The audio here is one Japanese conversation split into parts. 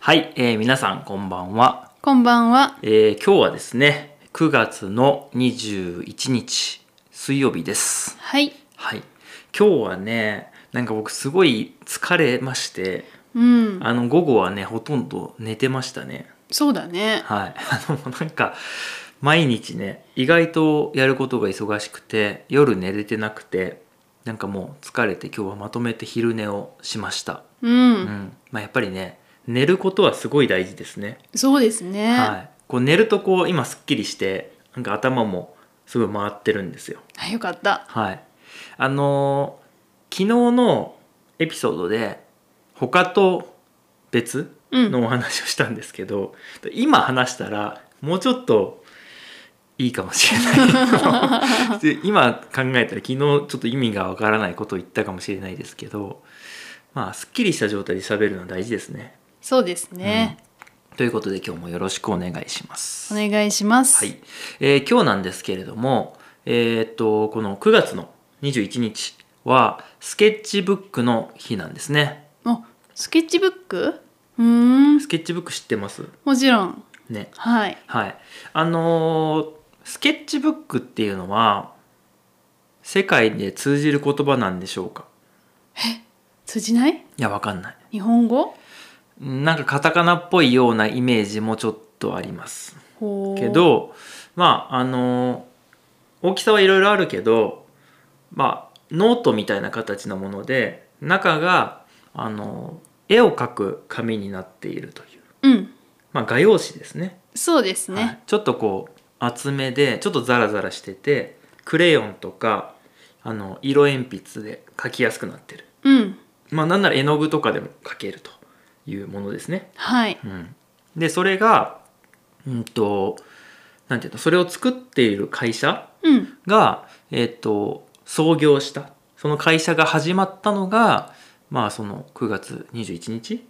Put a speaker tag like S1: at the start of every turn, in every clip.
S1: はい、えー皆さんこんばんは、
S2: こんばんは。
S1: えー今日はですね9月の21日水曜日です
S2: はい。
S1: はい今日はねなんか僕すごい疲れまして
S2: うん。
S1: あの午後はねほとんど寝てましたね
S2: そうだね。
S1: はい あのなんか毎日ね意外とやることが忙しくて夜寝れてなくてなんかもう疲れて今日はまとめて昼寝をしました
S2: うん。
S1: うんまあ、やっぱりね寝ることはすごい大事ですね、
S2: そうですね。
S1: はい、こう寝るとこう今すっきりしてなんか頭もすごい回ってるんですよ
S2: あよかった。
S1: はいあのー昨日のエピソードで他と別
S2: うん
S1: のお話をしたんですけど、今話したらもうちょっといいかもしれ ないで今考えたら昨日ちょっと意味がわからないことを言ったかもしれないですけどまあすっきりした状態で喋るのは大事ですね。
S2: そうですね。
S1: ということで今日もよろしくお願いします。
S2: お願いします。
S1: はい、えー今日なんですけれども、えーっとこの9月の21日はスケッチブックの日なんですね。
S2: お、スケッチブック？うーん。
S1: スケッチブック知ってます
S2: もちろん。
S1: ね。
S2: はい。
S1: はい。あのースケッチブックっていうのは世界で通じる言葉なんでしょうか
S2: 通じない？
S1: いやわかんない。
S2: 日本語？
S1: なんかカタカナっぽいようなイメージもちょっとあります。
S2: ほー
S1: け。どまああの大きさはいろいろあるけどまあノートみたいな形のもので中があの絵を描く紙になっているという、
S2: うん。
S1: まあ、画用紙ですね
S2: そうですね。
S1: はいちょっとこう厚めでちょっとザラザラしててクレヨンとかあの色鉛筆で描きやすくなってる
S2: うん。
S1: まあなんなら絵の具とかでも描けるというものですね
S2: はい。
S1: うん、でそれがうんとなんていうのそれを作っている会社
S2: うん。
S1: が、えっと創業したその会社が始まったのがまあその9月21日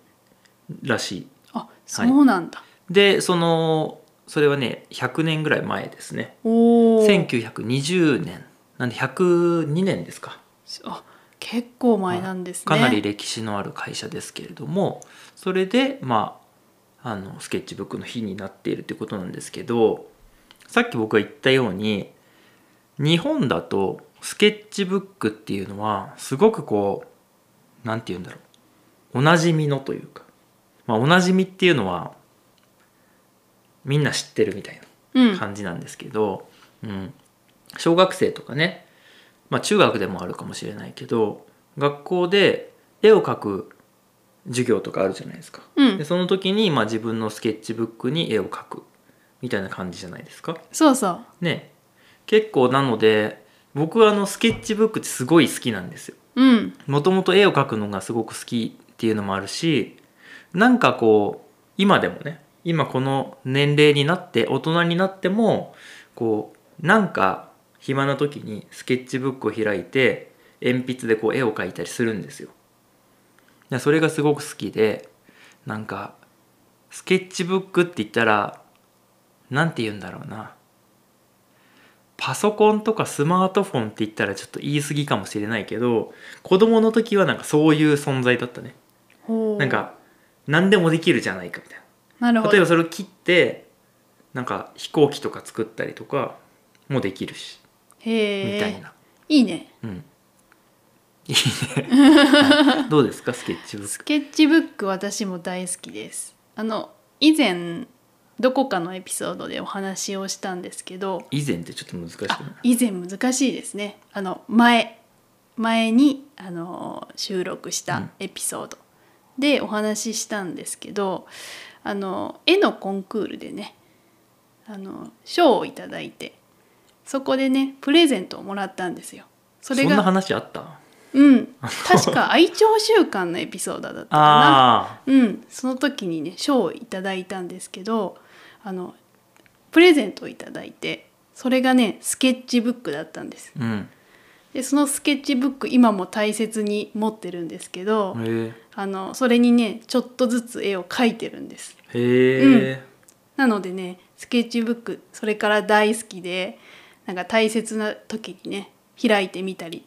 S1: らしい
S2: あ、そうなんだ。
S1: でそのそれはね100年ぐらい前ですね
S2: おお。
S1: 1920年なんで102年ですか
S2: あ、結構前なんですね。
S1: かなり。歴史のある会社ですけれどもそれでまああのスケッチブックの日になっているということなんですけどさっき僕が言ったように日本だとスケッチブックっていうのはすごくこうなんて言うんだろうおなじみのというか、まあ、おなじみっていうのはみんな知ってるみたいな
S2: うん。
S1: 感じなんですけど、うん、小学生とかね、まあ、中学でもあるかもしれないけど学校で絵を描く授業とかあるじゃないですか
S2: う
S1: で
S2: ん。
S1: その時にまあ自分のスケッチブックに絵を描くみたいな感じじゃないですか
S2: そうそう。
S1: ね結構なので僕はあのスケッチブックってすごい好きなんですよ
S2: うん。
S1: もともと絵を描くのがすごく好きっていうのもあるしなんかこう今でもね今この年齢になって大人になってもこうなんか暇な時にスケッチブックを開いて鉛筆でこう絵を描いたりするんですよ。でそれがすごく好きでなんかスケッチブックって言ったらなんて言うんだろうなパソコンとかスマートフォンって言ったらちょっと言い過ぎかもしれないけど子供の時はなんかそういう存在だったね
S2: ほー
S1: なん。か何でもできるじゃないかみたい
S2: なるほ
S1: な
S2: ど。
S1: 例えばそれを切ってなんか飛行機とか作ったりとかもできるし
S2: へえ。
S1: みたいな、
S2: いいね。
S1: うんいいね はいどうですかスケッチブッ
S2: ス
S1: ク
S2: ケッチブック私も大好きです。あの以前どこかのエピソードでお話をしたんですけど、
S1: 以前ってちょっと難しくない
S2: あ以前難しいですね。あの前前にあの収録し
S1: う
S2: た
S1: ん
S2: エピソードでお話ししたんですけど、あの絵のコンクールでね、あの賞をいただいて、そこでねプレゼントをもらったんですよ。そ
S1: そ
S2: れ
S1: んな
S2: が
S1: 話あった
S2: うん確か愛鳥週間のエピソードだったかな。
S1: あ
S2: うん、その時にね賞をいただいたんですけどあのプレゼントをいただいてそれがねスケッチブックだったんです
S1: ーうん
S2: でそのスケッチブック今も大切に持ってるんですけど、
S1: へ
S2: あのそれにねちょっとずつ絵を描いてるんです
S1: えへえ、
S2: なのでねスケッチブックそれから大好きでなんか大切な時にね開いてみたり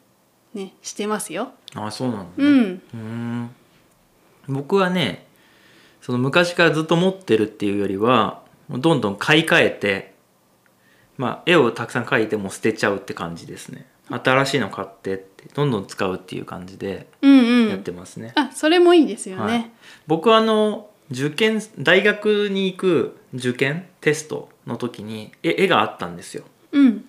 S2: ねしてますよ
S1: あそうなんだ、
S2: うん
S1: うーん僕はねその昔からずっと持ってるっていうよりはもうどんどん買い替えて、まあ、絵をたくさん描いてもう捨てちゃうって感じですね新しいの買ってってどんどん使うっていう感じで
S2: うんう
S1: やっ
S2: ん
S1: てますね、
S2: あそれもいいですよ
S1: はい
S2: ね、
S1: 僕はあの受験大学に行く受験テストの時に絵絵があったんですよ
S2: うん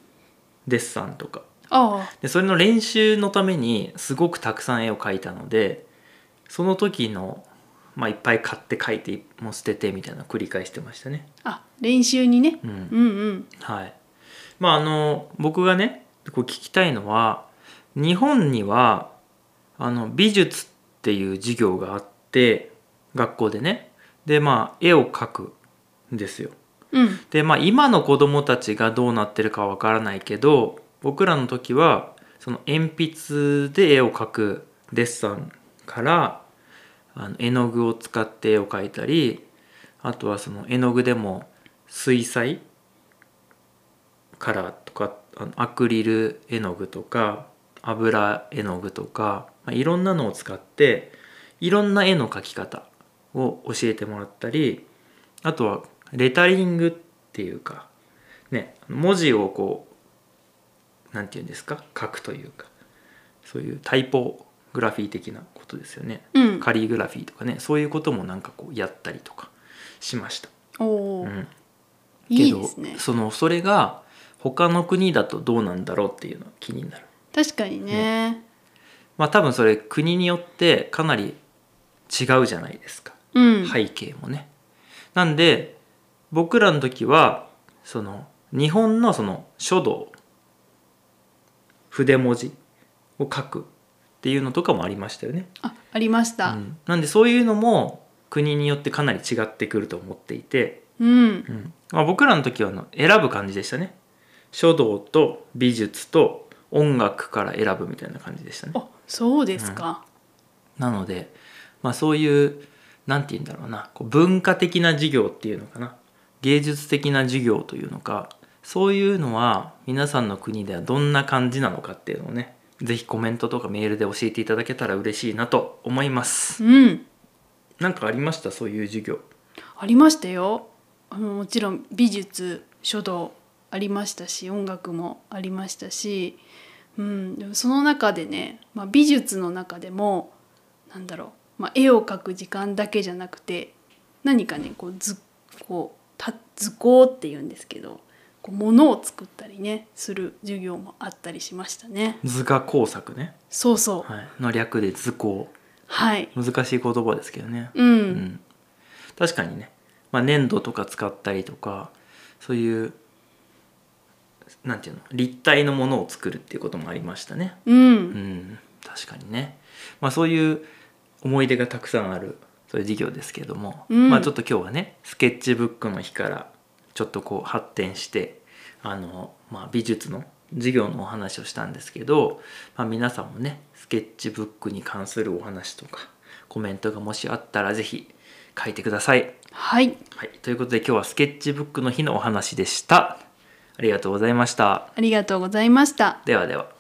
S1: デッサンとか
S2: あ
S1: でそれの練習のためにすごくたくさん絵を描いたのでその時の、まあ、いっぱい買って描いてもう捨ててみたいなのを繰り返してましたね。
S2: ああ練習にね、
S1: うん
S2: うんうん
S1: はいまあ、あの僕がねこう聞きたいのは日本にはあの美術っていう授業があって学校でねでまあ絵を描くんですよ。
S2: うん
S1: でまあ今の子供たちがどうなってるかわからないけど僕らの時はその鉛筆で絵を描くデッサンからあの絵の具を使って絵を描いたりあとはその絵の具でも水彩カラーとかあのアクリル絵の具とか油絵の具とか、まあ、いろんなのを使っていろんな絵の描き方を教えてもらったりあとはレタリングっていうかね文字をこうなんて言うんですか書くというかそういうタイポグラフィー的なことですよね、
S2: うん
S1: カリグラフィーとかねそういうこともなんかこうやったりとかしました。
S2: おお、
S1: うん
S2: いいですね
S1: そのそれが他の国だとどうなんだろうっていうのは気になる
S2: 確かにね
S1: まあ多分それ国によってかなり違うじゃないですか
S2: うん、
S1: 背景もね、なんで僕らの時はその日本のその書道筆文字を書くっていうのとかもありましたよね、
S2: あありました
S1: う、んなんでそういうのも国によってかなり違ってくると思っていて、
S2: うん
S1: うんまあ、僕らの時はあの選ぶ感じでしたね書道と美術と音楽から選ぶみたいな感じでしたね
S2: あそうですか、
S1: なので、まあ、そういうなんて言うんだろうなこう文化的な授業っていうのかな芸術的な授業というのかそういうのは皆さんの国ではどんな感じなのかっていうのをね是非コメントとかメールで教えていただけたら嬉しいなと思います
S2: うん
S1: なんかありましたそういう授業
S2: ありましたよあのもちろん美術書道ありましたし音楽もありましたし、うん、でもその中でね、まあ、美術の中でもなんだろう、まあ、絵を描く時間だけじゃなくて何かねこう図こうた図工っていうんですけどこう物を作ったりねする授業もあったりしましたね。
S1: 図画工作ね、
S2: そうそう、は
S1: は
S2: い、
S1: い、の略で図工難しい言葉ですけどね
S2: うん、
S1: うん、確かにね、まあ、粘土とか使ったりとかそういうなんていうの立体のものを作るっていうこともありましたね。
S2: うん、
S1: うん、確かにね、まあ、そういう思い出がたくさんあるそういう授業ですけども、
S2: うん
S1: まあ、ちょっと今日はねスケッチブックの日からちょっとこう発展してあの、まあ、美術の授業のお話をしたんですけど、まあ、皆さんもねスケッチブックに関するお話とかコメントがもしあったら是非書いてください。
S2: はい
S1: はい、ということで今日はスケッチブックの日のお話でした。ありがとうございました。
S2: ありがとうございました。
S1: ではでは。